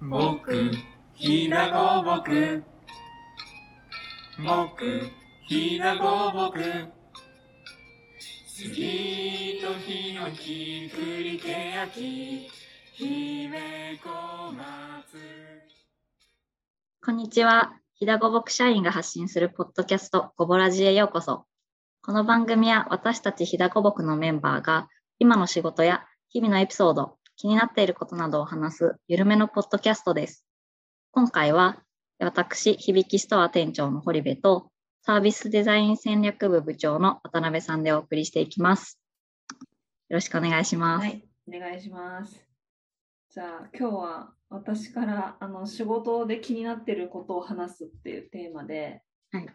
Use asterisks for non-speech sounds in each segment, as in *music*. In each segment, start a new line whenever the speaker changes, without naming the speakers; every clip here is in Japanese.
木、ひなごぼく。木、ひなごぼく。杉とヒノキ、栗けやき、姫小松。
こんにちは。ひだごぼく社員が発信するポッドキャスト、ごぼらじへようこそ。この番組は私たちひだごぼくのメンバーが、今の仕事や日々のエピソード、気になっていることなどを話す、ゆるめのポッドキャストです。今回は、私、響きストア店長の堀部と、サービスデザイン戦略部部長の渡辺さんでお送りしていきます。よろしくお願いします。
はい、お願いします。じゃあ今日は私からあの仕事で気になってることを話すっていうテーマで、
はい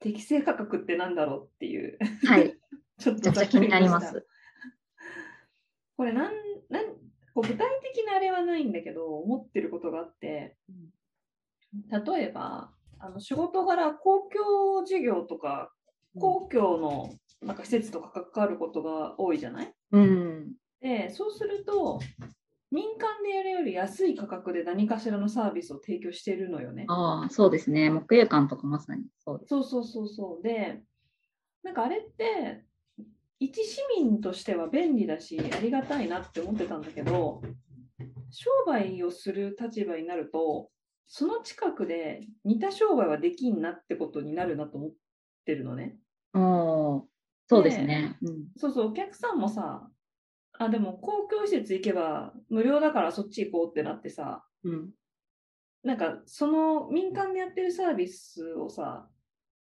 適正価格ってなんだろうっていう *laughs*
はい。
ちょっ
めちゃ
と
くちゃ気になります。
これなんなんこう具体的なあれはないんだけど思ってることがあって例えばあの仕事柄公共事業とか公共のなんか施設とか関わることが多いじゃない
うん。
で、そうすると、民間でやるより安い価格で何かしらのサービスを提供しているのよね。
ああ、そうですね。木曜館とかまさにそうです。
そうそうそうそう。で、なんかあれって、一市民としては便利だし、ありがたいなって思ってたんだけど、商売をする立場になると、その近くで似た商売はできんなってことになるなと思ってるのね。
おーそうですね。うん。
そうそう、お客さんもさ、あ、でも公共施設行けば無料だからそっち行こうってなってさ、
うん、
なんかその民間でやってるサービスをさ、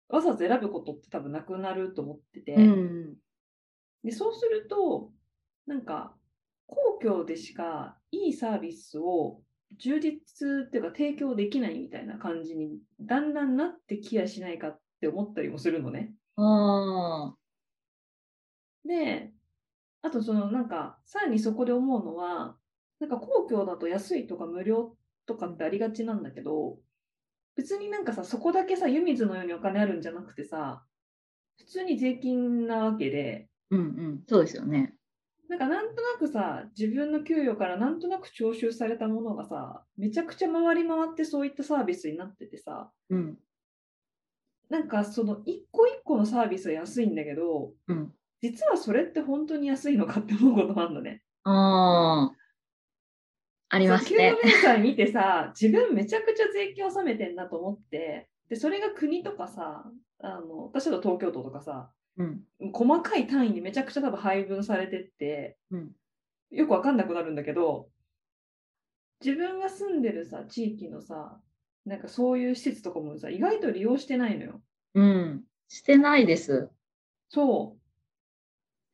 わざわざ選ぶことって多分なくなると思ってて、
うん、
でそうすると、なんか公共でしかいいサービスを充実っていうか提供できないみたいな感じにだんだんなってきやしないかって思ったりもするのね。
あ
で、あとそのなんか、さらにそこで思うのは、なんか公共だと安いとか無料とかってありがちなんだけど、別になんかさ、そこだけさ、湯水のようにお金あるんじゃなくてさ、普通に税金なわけで、
うんうん、そうですよね。
なんかなんとなくさ、自分の給与からなんとなく徴収されたものがさ、めちゃくちゃ回り回ってそういったサービスになっててさ、
うん、
なんかその一個一個のサービスは安いんだけど、
うん。
実はそれって本当に安いのかって思うこともあるのね。
ああ、ありますね
そう。給与明細見てさ、自分めちゃくちゃ税金納めてんなと思って、で、それが国とかさ、あの、私だと東京都とかさ、
うん、
細かい単位にめちゃくちゃ多分配分されてって、
うん、
よくわかんなくなるんだけど、自分が住んでるさ、地域のさ、なんかそういう施設とかもさ、意外と利用してないのよ。
うん。してないです。
そう。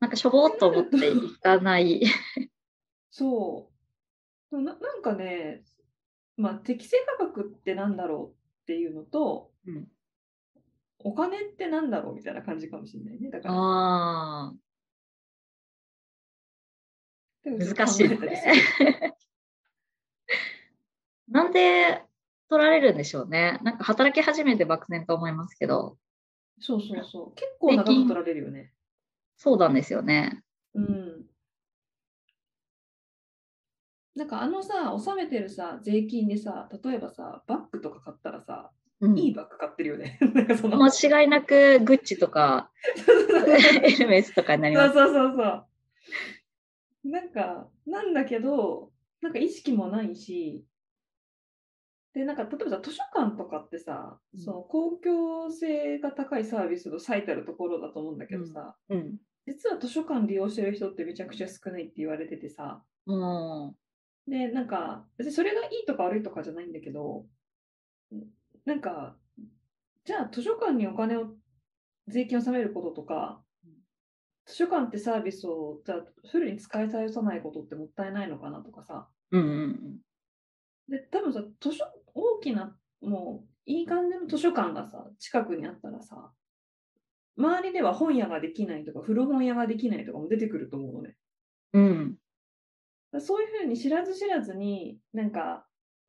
なんかしょぼーっと思っていかない。
そう。でもななんかね、まあ、適正価格ってなんだろうっていうのと、
うん
お金ってなんだろうみたいな感じかもしれないね。だから、
*laughs* ああ、難
難
しいですね。 *laughs* なんで取られるんでしょうね。なんか働き始めて漠然と思いますけど、
そうそ
*laughs*
うそう。結構長く取られるよね。
そうなんですよね。
うん。なんかあのさ、納めてるさ、税金でさ、例えばさ、バッグとか買ったらさ、
うん、
いいバッグ買ってるよね。 *laughs* なんかその、
間違いなくグッチとかエルメスとかになります。
そうそうそうそう。なんか、なんだけど、なんか意識もないし、で、なんか、例えばさ、図書館とかってさ、
うん
その公共性が高いサービスの最たるところだと思うんだけどさ、
*laughs* うん。
実は図書館利用してる人ってめちゃくちゃ少ないって言われててさ、
も
で、なんか、別にそれがいいとか悪いとかじゃないんだけど、なんか、じゃあ図書館にお金を、税金を納めることとか
うん、
図書館ってサービスを、じゃあフルに使い返さないことってもったいないのかなとかさ、
う、うんうん
で、多分さ、図書、大きな、もう、いい感じの図書館がさ、近くにあったらさ、周りでは本屋ができないとか、古本屋ができないとかも出てくると思うのね。
うん。うん。
だからそういうふうに知らず知らずに、なんか、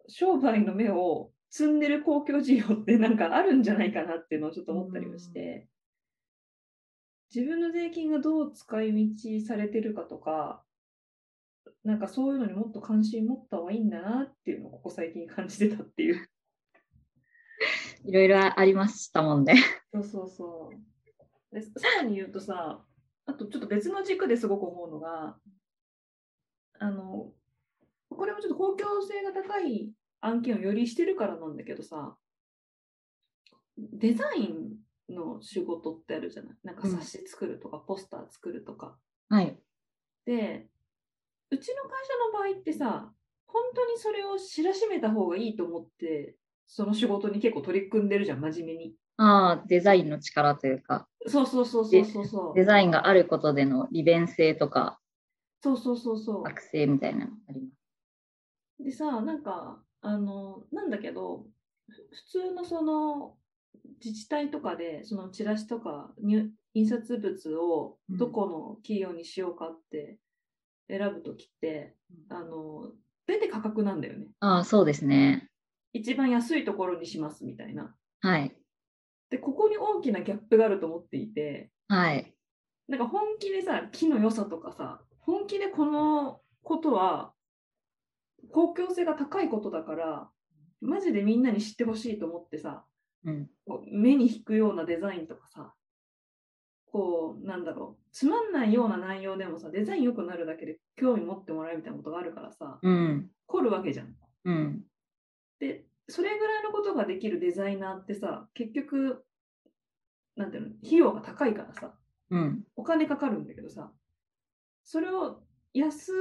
商売の目を積んでる公共事業ってなんかあるんじゃないかなっていうのをちょっと思ったりもして、自分の税金がどう使い道されてるかとか、なんかそういうのにもっと関心持った方がいいんだなっていうのをここ最近感じてたっていう。
いろいろありましたもんね。
そうそうそう。でさらに言うとさ、あとちょっと別の軸ですごく思うのが、あの、これもちょっと公共性が高い案件をよりしてるからなんだけどさ、デザインの仕事ってあるじゃないなんか冊子作るとか、ポスター作るとか。
*laughs* はい。
で、うちの会社の場合ってさ、本当にそれを知らしめた方がいいと思って、その仕事に結構取り組んでるじゃん、真面目に。
ああ、デザインの力というか、
そうそうそうそうそうそう。
デザインがあることでの利便性とか、
そうそうそうそ
学生みたいなのあります。
う。でさ、なんか、あの、なんだけど、ふ普通のその自治体とかで、そのチラシとか入印刷物を
うん
どこの企業にしようかって選ぶときって、あの、大体価格なんだよね。
ああ、そうですね。
一番安いところにしますみたいな。
はい。
で、ここに大きなギャップがあると思っていて、
はい。
なんか本気でさ、木の良さとかさ、本気でこのことは、公共性が高いことだから、マジでみんなに知ってほしいと思ってさ、
うん。
こう目に引くようなデザインとかさ、こう、なんだろう、つまんないような内容でもさ、デザイン良くなるだけで興味持ってもらえるみたいなことがあるからさ、
うん。
凝るわけじゃん。
うん。
で、それぐらいのことができるデザイナーってさ、結局、なんていうの、費用が高いからさ、
うん。
お金かかるんだけどさ、それを安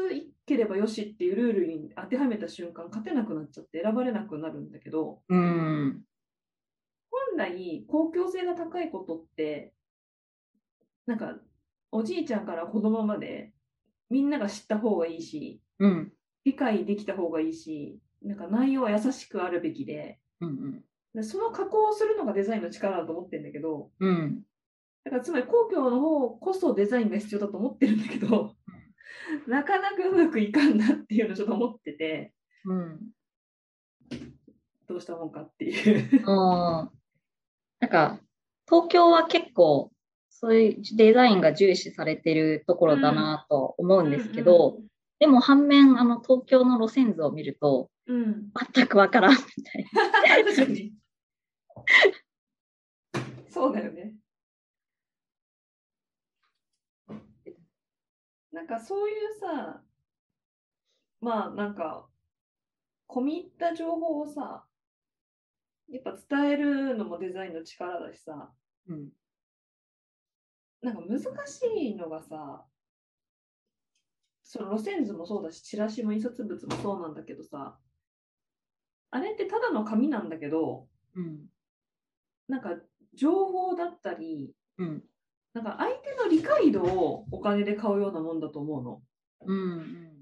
ければよしっていうルールに当てはめた瞬間、勝てなくなっちゃって選ばれなくなるんだけど、
うん。
本来、公共性が高いことって、なんか、おじいちゃんから子供まで、みんなが知った方がいいし、
うん。
理解できた方がいいし、なんか内容は優しくあるべきで、
うん。
でその加工をするのがデザインの力だと思ってるんだけど、
うん。
だからつまり公共の方こそデザインが必要だと思ってるんだけど、なかなかうまくいかんなっていうのをちょっと思ってて、
うん。
どうしたもんかっていう。
あーなんか、東京は結構、そういうデザインが重視されてるところだなと思うんですけど、でも反面、あの、東京の路線図を見ると、
うんうん。 *laughs* うん。
全くわからんみたい
確かに。そうだよね。なんかそういうさ、まあなんか、込み入った情報をさ、やっぱ伝えるのもデザインの力だしさ、
な。
なんか難しいのがさ、その路線図もそうだし、チラシも印刷物もそうなんだけどさ、あれってただの紙なんだけど、
うん。
なんか情報だったり、
うん。
なんか相手の理解度をお金で買うようなもんだと思うの。
うん。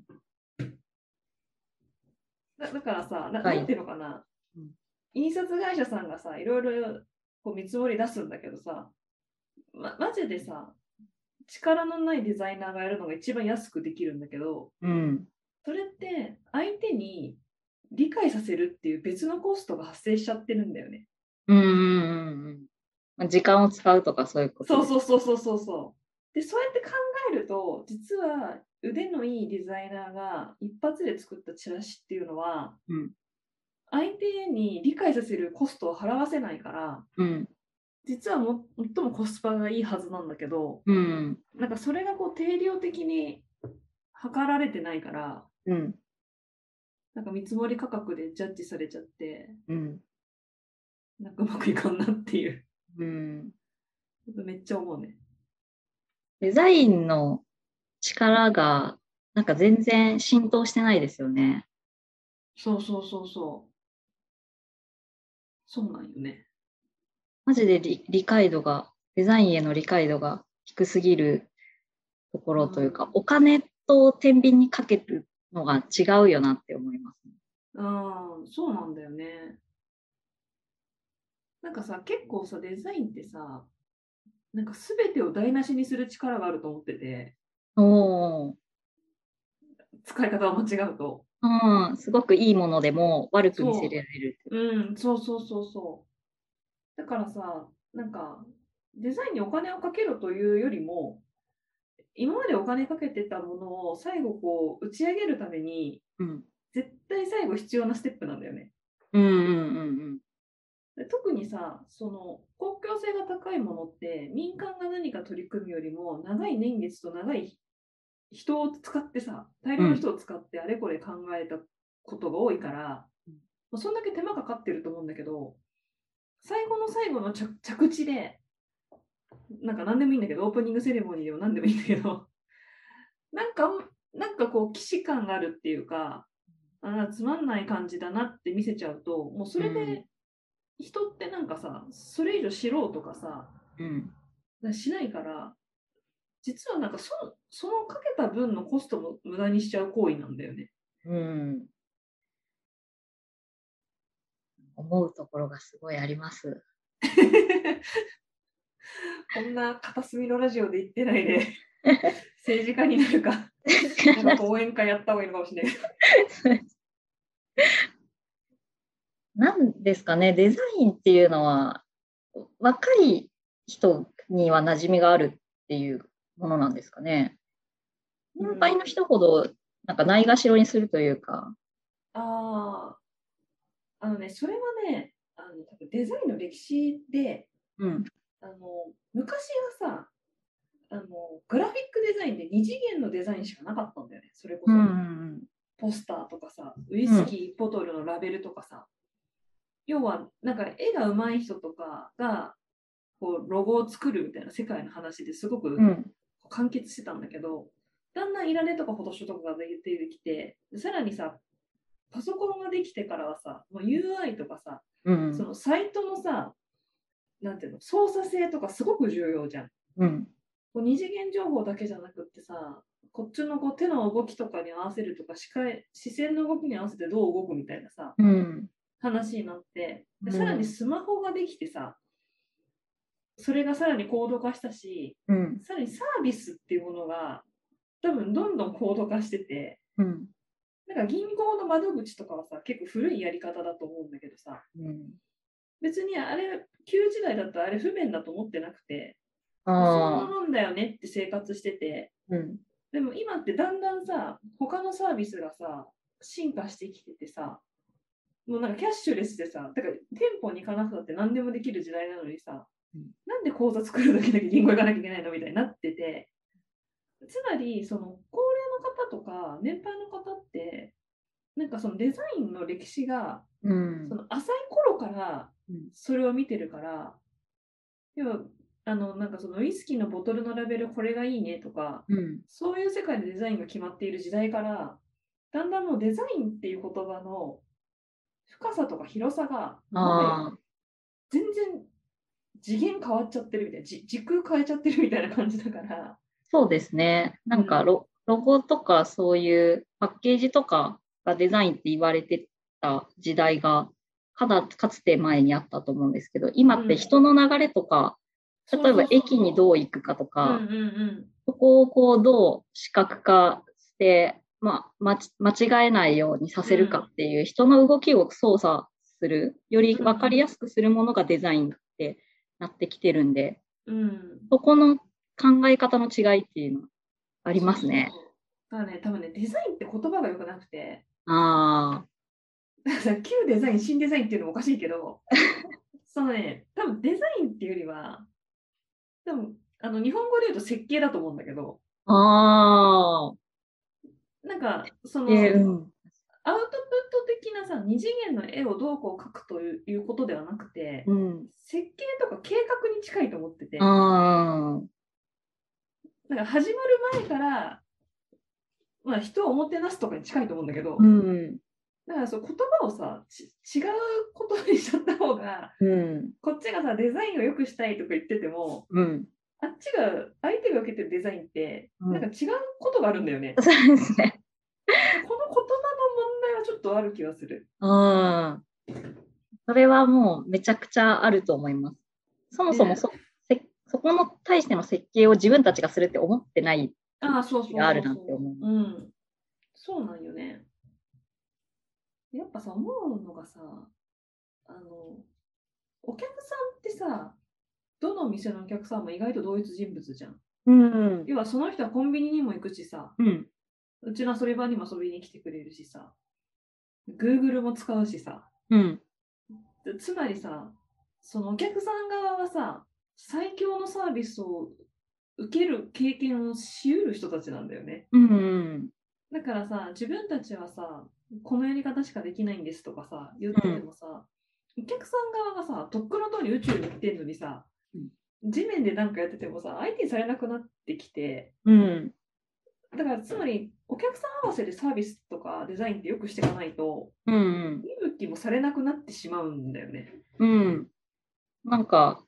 だだからさ、な
はい
なんていうのかな、
うん
印刷会社さんがさ、いろいろこう見積もり出すんだけどさ、ま、マジでさ、力のないデザイナーがやるのが一番安くできるんだけど、
うん。
それって相手に理解させるっていう別のコストが発生しちゃってるんだよね。
うん。うん。まあ時間を使うとかそういうこと。
そうそうそうそうそうそう。で、そうやって考えると、実は腕のいいデザイナーが一発で作ったチラシっていうのは、
うん
相手に理解させるコストを払わせないから、
うん。
実はも最もコスパがいいはずなんだけど、
うん。
なんかそれがこう定量的に測られてないから、
うん。
なんか見積もり価格でジャッジされちゃって、
うん。
なんかうまくいかんなっていう。
うん。
めっちゃ思うね。
デザインの力が、なんか全然浸透してないですよね。
そうそうそうそう。そうなんよね。
マジで理理解度が、デザインへの理解度が低すぎるところというか、
うん
お金と天秤にかけるのが違うよなって思います、ね。
うん、そうなんだよね。なんかさ、結構さ、デザインってさ、なんか全てを台無しにする力があると思ってて、
お
使い方を間違うと。
ーうん、すごくいいものでも悪く見せられるって。
うん、そうそうそうそう。だからさ、なんか、デザインにお金をかけるというよりも、今までお金かけてたものを最後こう打ち上げるために
うん。
絶対最後必要なステップなんだよね。
うんうんうん
で特にさその公共性が高いものって民間が何か取り組むよりも長い年月と長い人を使ってさ大量の人を使ってあれこれ考えたことが多いから、
うん
まあそんだけ手間かかってると思うんだけど最後の最後の着着地でなんか何でもいいんだけどオープニングセレモニーでも何でもいいんだけど *laughs* なんかなんかこう既視感があるっていうかあーつまんない感じだなって見せちゃうともうそれで、
うん
人ってなんかさそれ以上知ろうとかさ
うん。うん。
しないから実はなんかそそのかけた分のコストも無駄にしちゃう行為なんだよね。
うん。思うところがすごいあり *laughs* ます。
こんな片隅のラジオで言ってないで *laughs* 政治家になる *laughs* かなんか応援会やった方がいいのかもしれない。
なんですかね、デザインっていうのは、若い人には馴染みがあるっていうものなんですかね。年配の人ほど、なんかないがしろにするというか。
あああのねそれはねあの多分デザインの歴史で
うん。
あの昔はさあのグラフィックデザインで2次元のデザインしかなかったんだよねそれこそ。
うん。
ポスターとかさ、ウイスキーボトルのラベルとかさ、要はなんか絵が上手い人とかがこうロゴを作るみたいな世界の話ですごく
うん。
完結してたんだけど、だんだんいられとかフォトショーとかが出てきて、でさらにさ、パソコンができてからはさ、もう UI とかさ、
うん。
そのサイトのさ、なんていうの、操作性とかすごく重要じゃん。
うん。
こう二次元情報だけじゃなくってさこっちのこう手の動きとかに合わせるとか視界視線の動きに合わせてどう動くみたいなさ
うん。
話になって
う
で
ん
さらにスマホができてさ、それがさらに高度化したし
うん。
さらにサービスっていうものが多分どんどん高度化してて
うん。
なんか銀行の窓口とかはさ結構古いやり方だと思うんだけどさ
うん。
別にあれ旧時代だったらあれ不便だと思ってなくてそんな
ああ。
もんだよねって生活してて
うん。
でも今ってだんだんさ、他のサービスがさ、進化してきててさ、もうなんかキャッシュレスでさ、だから店舗に行かなくたって何でもできる時代なのにさ
うん、
なんで口座作るだけだけ銀行行かなきゃいけないのみたいになってて、つまり、その高齢の方とか年配の方って、なんかそのデザインの歴史が
うん
そ。の浅い頃から
うん
それを見てるから、要はあのなんかそのウイスキーのボトルのラベルこれがいいねとか、
うん。
そういう世界でデザインが決まっている時代から、だんだんもうデザインっていう言葉の深さとか広さが、
ああ。
全然次元変わっちゃってるみたいな、じ時空変えちゃってるみたいな感じだから、
そうですね。なんかロ,、ロゴとかそういうパッケージとかがデザインって言われてた時代がかだかつて前にあったと思うんですけど、今っ
う
て
ん
人の流れとか、例えば駅に
う
どう行くかと
か、
か、
うんうんうん、
そこをこうどう視覚化して、まあ、まち間違えないようにさせるかっていう人の動きを操作する、より分かりやすくするものがデザインってなってきてるんで、
うん、
そこの考え方の違いっていうのはあ
あ
りますね。。
だからね、多分ね、デザインって言葉が良くなくて、 *laughs*
ああ、
だからさ旧デザイン、新デザインっていうのもおかしいけど、 *laughs* そのね、多分デザインっていうよりは、多分あの日本語で言うと設計だと思うんだけど、
ああ、
なんか、その、
えーうん、
アウトプット的なさ、二次元の絵をどうこう描くといういうことではなくて、
うん、
設計とか計画に近いと思ってて、なん
ああ、
か始まる前から、まあ、人をおもてなすとかに近いと思うんだけど、
うん、
だからそう言葉をさ、ち違うことにしちゃった方が、
うん、
こっちがさ、デザインを良くしたいとか言ってても、
うん、
あっちが、相手が受けてるデザインって、
うん
なんか違うことがあるんだよね。こ
そうですね。
の言葉の問題はちょっとある気がする。
うん。それはもうめちゃくちゃあると思います。そもそもそ,せ、そこの対しての設計を自分たちがするって思ってない
ああ、そうそうそうそう
があるなって思う。
うん。そうなんよね。やっぱさ、思うのがさ、あの、お客さんってさ、どの店のお客さんも意外と同一人物じゃん。
うん。
要はその人はコンビニにも行くしさ、
うん。
うちの遊び場にも遊びに来てくれるしさ、Google も使うしさ、
うん。
でつまりさ、そのお客さん側はさ、最強のサービスを受ける経験をしうる人たちなんだよね。
うん。うん。
だからさ、自分たちはさ、このやり方しかできないんですとかさ、言っててもさ、お客さん側がさ、とっくの通り宇宙に行ってんのにさ
うん、
地面でなんかやっててもさ、相手にされなくなってきて、
うん。
だからつまり、お客さん合わせでサービスとかデザインってよくしていかないと、
うん。
見向きもされなくなってしまうんだよね。
うん。なんか、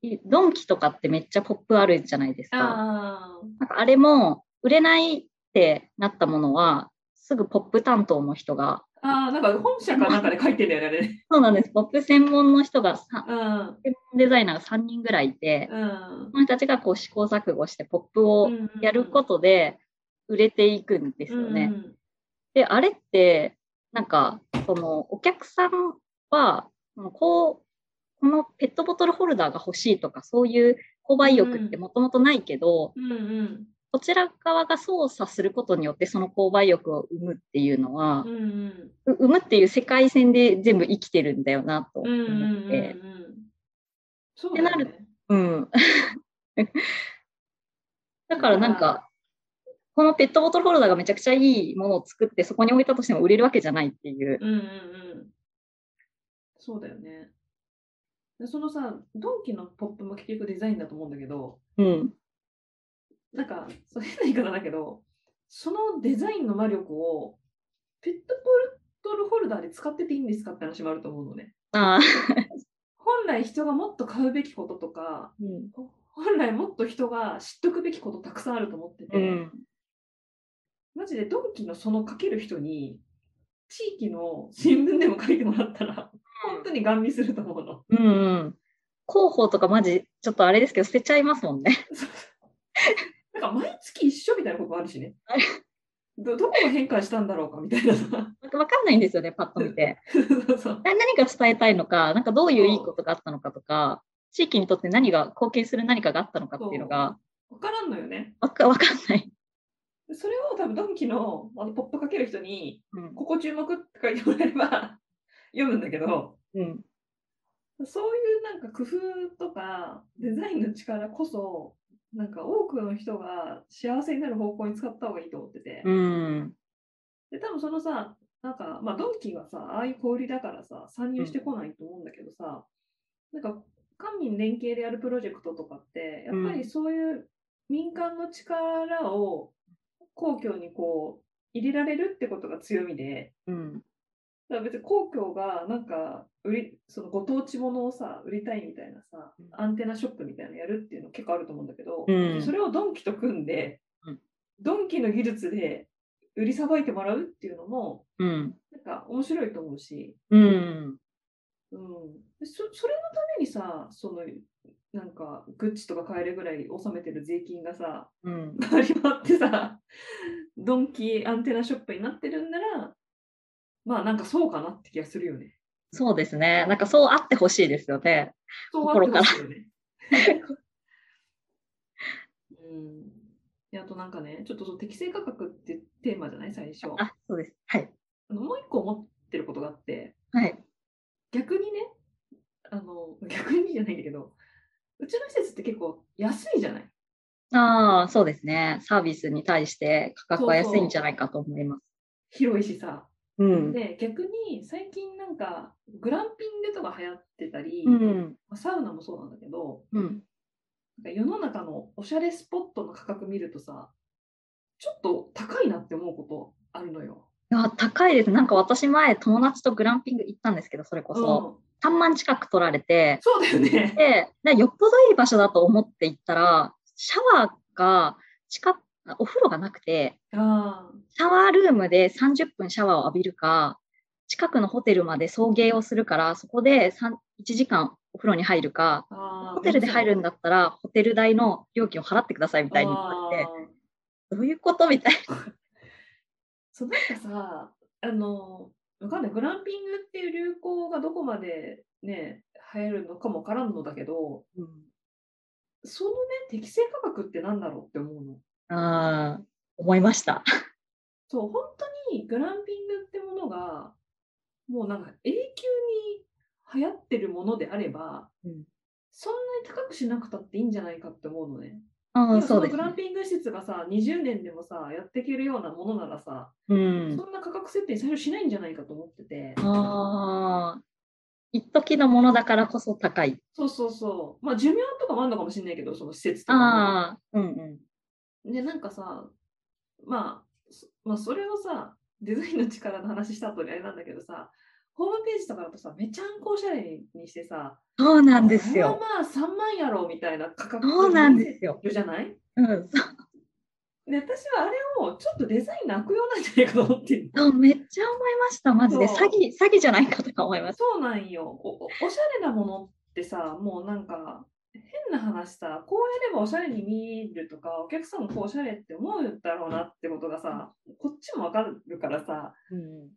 いドンキとかってめっちゃポップあるじゃないですか。
ああ、
なんかあれも、売れないってなったものは、すぐポップ担当の人が、
ああ、なんか本社かなんかで書いてんだよね、あれね。
そうなんです、ポップ専門の人が、さ
うん。
デザイナーが3人ぐらいいて、
うん
その人たちがこう試行錯誤して、ポップをやることで売れていくんですよね。
うん
で、あれって、なんか、その、お客さんは、そのこう、このペットボトルホルダーが欲しいとか、そういう購買意欲ってもともとないけど、
うんうん
こちら側が操作することによって、その購買意欲を生むっていうのは
うん、うん
う生むっていう世界線で全部生きてるんだよなと
うんうんうん
思っ
うんう
て、
んそうだよ
ってな
ね。
うん。 *laughs* だからなんか、このペットボトルホルダーがめちゃくちゃいいものを作って、そこに置いたとしても売れるわけじゃないっていう。
うんうんうん。そうだよね。でそのさ、ドンキのポップも結局デザインだと思うんだけど、
うん。
なんか、そう変な言い方だけど、そのデザインの魔力をペットボトルホルダーで使ってていいんですかって話もあると思うのね。
ああ。
本来人がもっと買うべきこととか、
うん。
本来もっと人が知っとくべきことたくさんあると思ってて、
うん。
マジでドンキのそのかける人に地域の新聞でも書いてもらったら本当にガン見すると思
*laughs*
うの。
うんうん。広報とかマジ、ちょっとあれですけど、捨てちゃいますもんね。 *laughs*
なんか毎月一緒みたいなことあるしね
あれ。
どどこが変化したんだろうかみたいなさ。
なんかわかんないんですよね、パッと見て。
そうそう
な何が伝えたいのか、なんかどういういいことがあったのかとか、地域にとって何が貢献する何かがあったのかっていうのが、
分からんのよね。
わかわかんない。
それを多分ドンキのあのポップかける人に
うん
「ここ注目」って書いてもらえれば読むんだけど。
うん。
そういうなんか工夫とかデザインの力こそ、なんか多くの人が幸せになる方向に使った方がいいと思ってて。
うん。
で、多分そのさ、なんか、まあ、ドンキはさ、ああいう小売りだからさ、参入してこないと思うんだけどさ、なんか、官民連携でやるプロジェクトとかって、やっ
う
ぱ
ん
りそういう民間の力を公共にこう、入れられるってことが強みで、
うん。
だから別に公共がなんか売りそのご当地ものをさ売りたいみたいなさ
うん
アンテナショップみたいなのやるっていうの結構あると思うんだけど、
うん
それをドンキと組んで、
うん
ドンキの技術で売りさばいてもらうっていうのも
うん。
なんか面白いと思うし、
うん。
うん、でそそれのためにさそのなんかグッチとか買えるぐらい納めてる税金がさ
うん。
回り回ってさドンキアンテナショップになってるんならまあなんかそうかなって気がするよね。
そうですね。なんかそうあってほしいですよね。
そうあってほしいよね。
*laughs*
うん。であとなんかね、ちょっとその適正価格ってテーマじゃない最初。あ
あ、そうです。はい。
のもう一個思ってることがあって、
はい。
逆にね、あの、逆にじゃないんだけど、うちの施設って結構安いじゃない
ああ、そうですね。サービスに対して価格は安いんじゃないかと思います。
広いしさ。
うん。
で、逆に最近なんか、グランピングとか流行ってたり、
うん。
まあサウナもそうなんだけど、
うん。
なんか世の中のおしゃれスポットの価格見るとさ、ちょっと高いなって思うことあるのよ。
いや高いです。なんか私前友達とグランピング行ったんですけど、それこそ、
うん
3万近く取られて、
そうだよね。
で、でよっぽどいい場所だと思って行ったら、シャワーが近く、お風呂がなくて、
あ
シャワールームで30分シャワーを浴びるか、近くのホテルまで送迎をするから、そこで3 1時間お風呂に入るか、
ーあー。
ホテルで入るんだったら、ホテル代の料金を払ってくださいみ
み
たいに言われて、どういうことみたい
そうなんかさ、あの、わかんない、グランピングっていう流行がどこまでね、流行るのかもわからんのだけど、
な。
そのね、適正価格って何だろうって思うの。
ああ、思いました。
そう、本当にグランピングってものが、もうなんか永久に流行ってるものであれば、
うん
そんなに高くしなくたっていいんじゃないかって思うのね。
う
今
ん、
そ
そう
の
です
グラ
ね
ン。ピング施設がさ、20年でもさ、やっていけるようなものならさ、
うん。
そんな価格設定最初しないんじゃないかと思ってて、
ああ、一時のものだからこそ高い。
そうそうそう、まあ寿命とかもあるのかもしれないけど、その施設とかも。
ああ、うんうん。
で、なんかさ、まあ、そまあ、それをさ、デザインの力の話した後にあれなんだけどさ、ホームページとかだとさ、めちゃんこおしゃれにしてさ、
そうなんですよ。
これはまあ3万やろみたいな価格
そうなんですよ。
じゃない
うん。
で、私はあれをちょっとデザインの悪用なんじゃないかと思ってる
そうめっちゃ思いました。マジで。
そう
詐欺、詐欺じゃないかとか思います。
そうなんよお。おおしゃれなものってさ、もうなんか、変な話さ、こうやればおしゃれに見えるとか、お客さんもこうおしゃれって思うだろうなってことがさ、こっちもわかるからさ、
うん。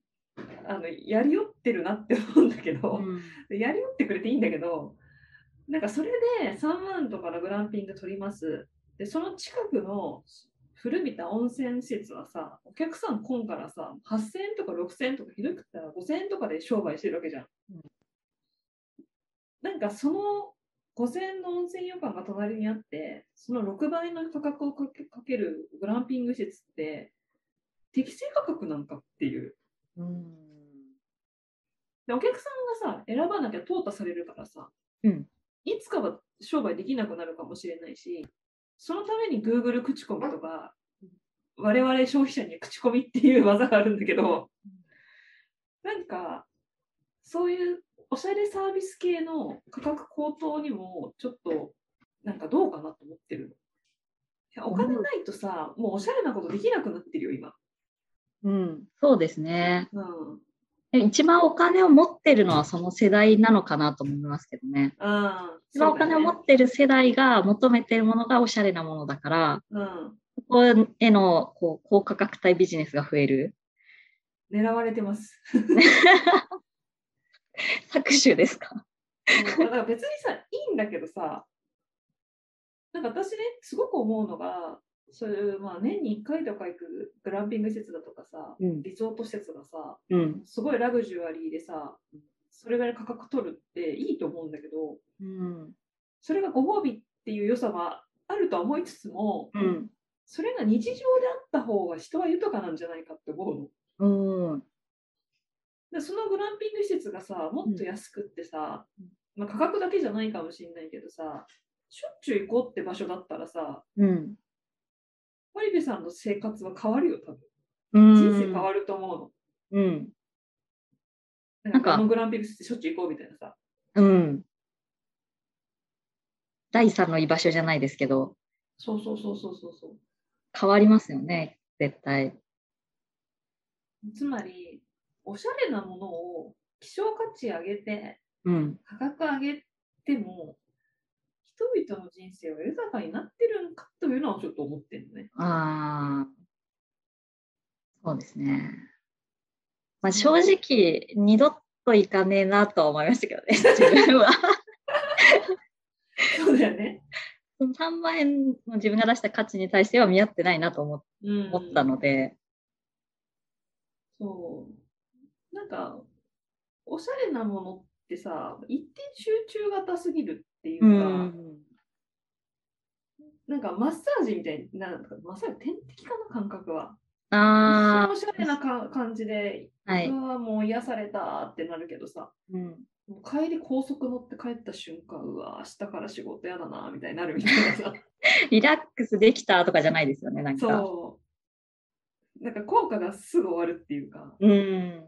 あのやりよってるなって思うんだけど、やりよってくれていいんだけどなんかそれで3万とかのグランピング取りますでその近くの古びた温泉施設はさお客さん来んからさ8000円とか6000円とかひどくったら5000円とかで商売してるわけじゃん、
うん
なんかその5000円の温泉旅館が隣にあってその6倍の価格をかけかけるグランピング施設って適正価格なんかっていう
うん。
でお客さんがさ、選ばなきゃ淘汰されるからさ、
うん
いつかは商売できなくなるかもしれないし、そのために Google 口コミとか、我々消費者に口コミっていう技があるんだけど、なんか、そういうおしゃれサービス系の価格高騰にも、ちょっと、なんかどうかなと思ってるの。いやお金ないとさ、もうおしゃれなことできなくなってるよ、今。
うん。そうですね。
うん。
で一番お金を持ってるのはその世代なのかなと思いますけどね。
ああ、
一番お金を持ってる世代が求めてるものがおしゃれなものだから、
うん。
そこへのこう高価格帯ビジネスが増える。
狙われてます。
搾取ですか
うんだから別にさ、いいんだけどさ、なんか私ね、すごく思うのが、そういう、まあ、年に1回とか行くグランピング施設だとかさ、
うん。
リゾート施設がさ、
うん。
すごいラグジュアリーでさ、それぐらい価格取るっていいと思うんだけど、
うん。
それがご褒美っていう良さはあるとは思いつつも、
うん。
それが日常であった方が人は豊かなんじゃないかって思うの。
うん。
でそのグランピング施設がさ、もっと安くってさ、まあ、価格だけじゃないかもしれないけどさ、しょっちゅう行こうって場所だったらさ、
うん。
森部さんの生活は変わるよ、多分。
人
人生変わると思う
う
の。
ん。
なんか、
なんか
このグランピング施設しょっちゅう行こうみたいなさ。
うん。第三の居場所じゃないですけど、
そうそうそうそうそうそ
変わりますよね、絶対。
う。つまり、おしゃれなものを希少価値上げて、
うん。
価格上げても、人々の人生は豊かになってるんかというのはちょっと思ってる *laughs* のね。
ああ。そうですね。まあ、正直、二度と行かねえなとは思いましたけどね、自分は。
そうだよね。
その3万円の自分が出した価値に対しては見合ってないなと思
うん
思ったので、
そう。なんか、おしゃれなものってさ、一点集中型すぎるっていううんか、なんかマッサージみたいな、なんかマッサージ点滴かな、感覚は。
あ
一瞬おしゃれなか感じで、
あ、はい、
うわ、もう癒されたってなるけどさ、
うん、
もう帰り高速乗って帰った瞬間、うわ、明日から仕事やだな、みたいになるみたいな
*laughs*
さ。
リラックスできたとかじゃないですよねなんか
そう。なんか効果がすぐ終わるっていうか。
うん、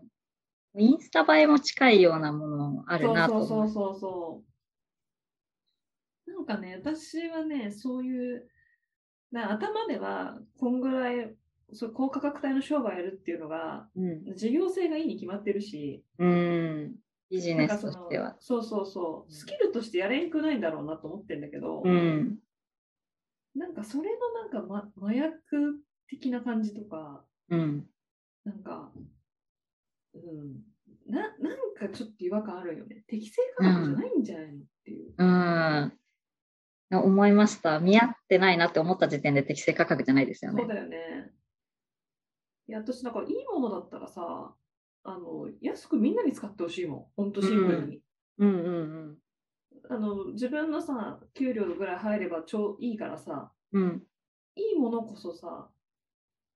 インスタ映えも近いようなものあるなと思う
そうそうそうそうそう。なんかね、私はね、そういう、な頭では、こんぐらい、そう高価格帯の商売やるっていうのが、
うん
事業性がいいに決まってるし、
うん、ビジ
な
ネ
んか
ス
そ
と
の
しては。
そうそうそう、スキルとしてやれんくないんだろうなと思ってんだけど、
うん、
なんかそれのなんか、ま、麻薬的な感じとか、
うん、
なんか、うん、ななんかちょっと違和感あるよね。適正価格じゃないんじゃないのっていう。
うん、思いました。見合ってないなって思った時点で適正価格じゃないですよ
そ
ね
う。だよね。いや、私なんかいいものだったらさ、あの、安くみんなに使ってほしいもん。ほんとシンプルに。
うんうん
あの、自分のさ、給料ぐらい入れば超いいからさ、
うん。うん。
いいものこそさ、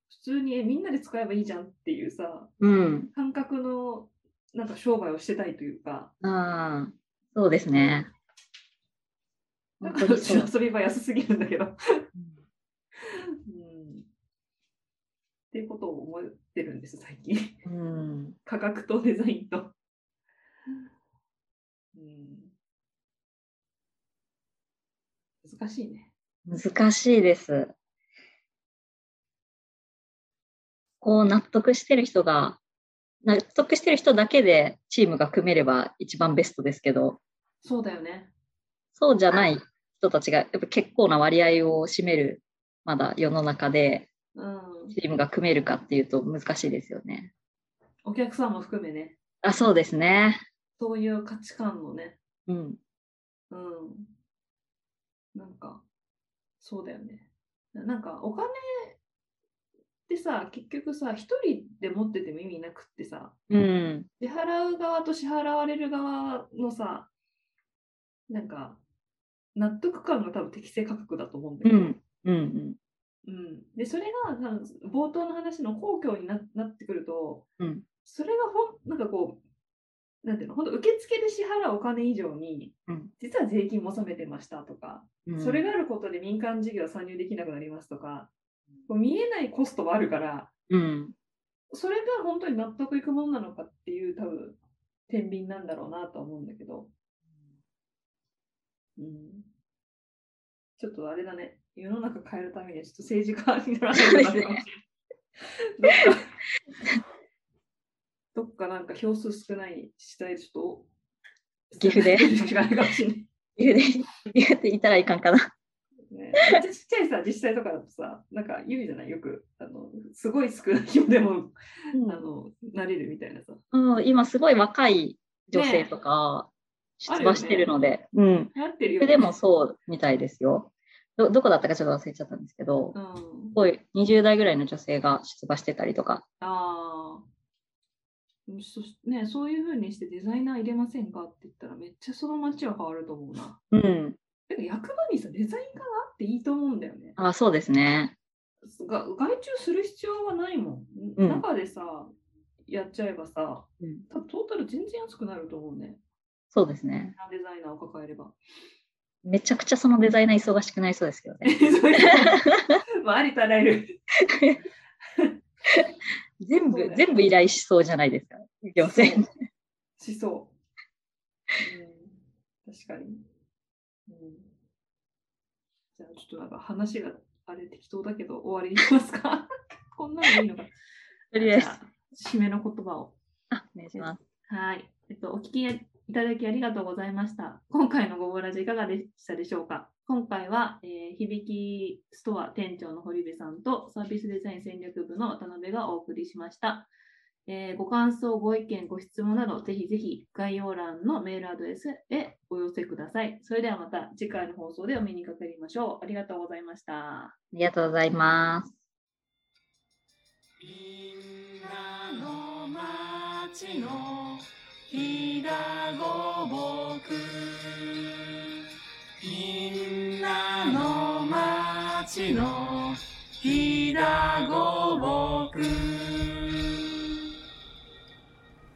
普通にえみんなで使えばいいじゃんっていうさ、
うん。
感覚のなんか商売をしてたいというか、
ああ、そうです
*laughs*
ね。
だ
本
か
当
ら
に
うち
そう
の。遊び場安すぎるんだけど。うんっていうことを思ってるんです、最近。
うん。
価格とデザインと。うん、難しいね。
難しいです。こう納得してる人が、納得してる人だけでチームが組めれば一番ベストですけど、
そうだよね。
そうじゃない人たちがやっぱ結構な割合を占める、まだ世の中で
うん。
チームが組めるかっていうと難しいですよね。
お客さんも含めね、
あ、そうですね。
そういう価値観のね、
うん。
うん。なんか、そうだよね。なんか、お金ってさ、結局さ、一人で持ってても意味なくってさ、
うん。
支払う側と支払われる側のさ、なんか、納得感が多分適正価格だと思うんだ
う
けど、
ん。うん。
うんでそれが多分冒頭の話の公共にななってくると、
うん
それがほんなんかこうなんていうの本当受付で支払うお金以上に、
うん
実は税金も納めてましたとか、
うん。
それがあることで民間事業は参入できなくなりますとかこう見えないコストはあるから
うん。
それが本当に納得いくものなのかっていう多分天秤なんだろうなとは思うんだけど、うん、ちょっとあれだね世の中変えるためにはちょっと政治家にならないとダメかもしれない *laughs* どっかどっかなんか票数少ない自治体ちょっと
岐阜で
少ないかもしれない
言うて言うていたらいかんかな。
ね、めっちゃちっちゃいさ自治体とかだとさなんか言うじゃないよくあのすごい少ない票でもあのなれるみたいなさ
うん、今すごい若い女性とか出馬してるので、うん。
流行ってるよ
それでもそうみたいですよ。ど、どこだったかちょっと忘れちゃったんですけど、
う
す
ん、
ごい20代ぐらいの女性が出馬してたりとか。
あーそしね、そういうふうにしてデザイナー入れませんかって言ったらめっちゃその街は変わると思うな。
うん。
てか役場にさデザイン科があっていいと思うんだよね。
あ、そうですね。
が外注する必要はないもん。
うん
中でさやっちゃえばさ
うん、
多分トータル全然安くなると思うね。
そうですね。
デザイナーを抱えれば。 *laughs*
めちゃくちゃそのデザイナー忙しくなりそうですけどね。
そ
*laughs*
ういうのまあありとあらゆる。
全
*laughs* そう
部、
ね
全部依頼しそうじゃないですか。行政に。
しそう。うん、確かに、うん。じゃあちょっとなんか話があれ適当だけど終わりにしますか *laughs* こんなのでいいのか。
とりあえず
じゃ。あ締めの言葉を。
あ、お願いします。
はい。えっと、お聞きいただきありがとうございました。今回のごぼらじいかがでしたでしょうか今回は、えー響きストア店長の堀部さんとサービスデザイン戦略部の渡辺がお送りしました。えーご感想、ご意見、ご質問など、ぜひぜひ概要欄のメールアドレスへお寄せください。それではまた次回の放送でお目にかかりましょう。ありがとうございました。
ありがとうございます。
みんなの町のひだごぼくみんなの町のひだごぼ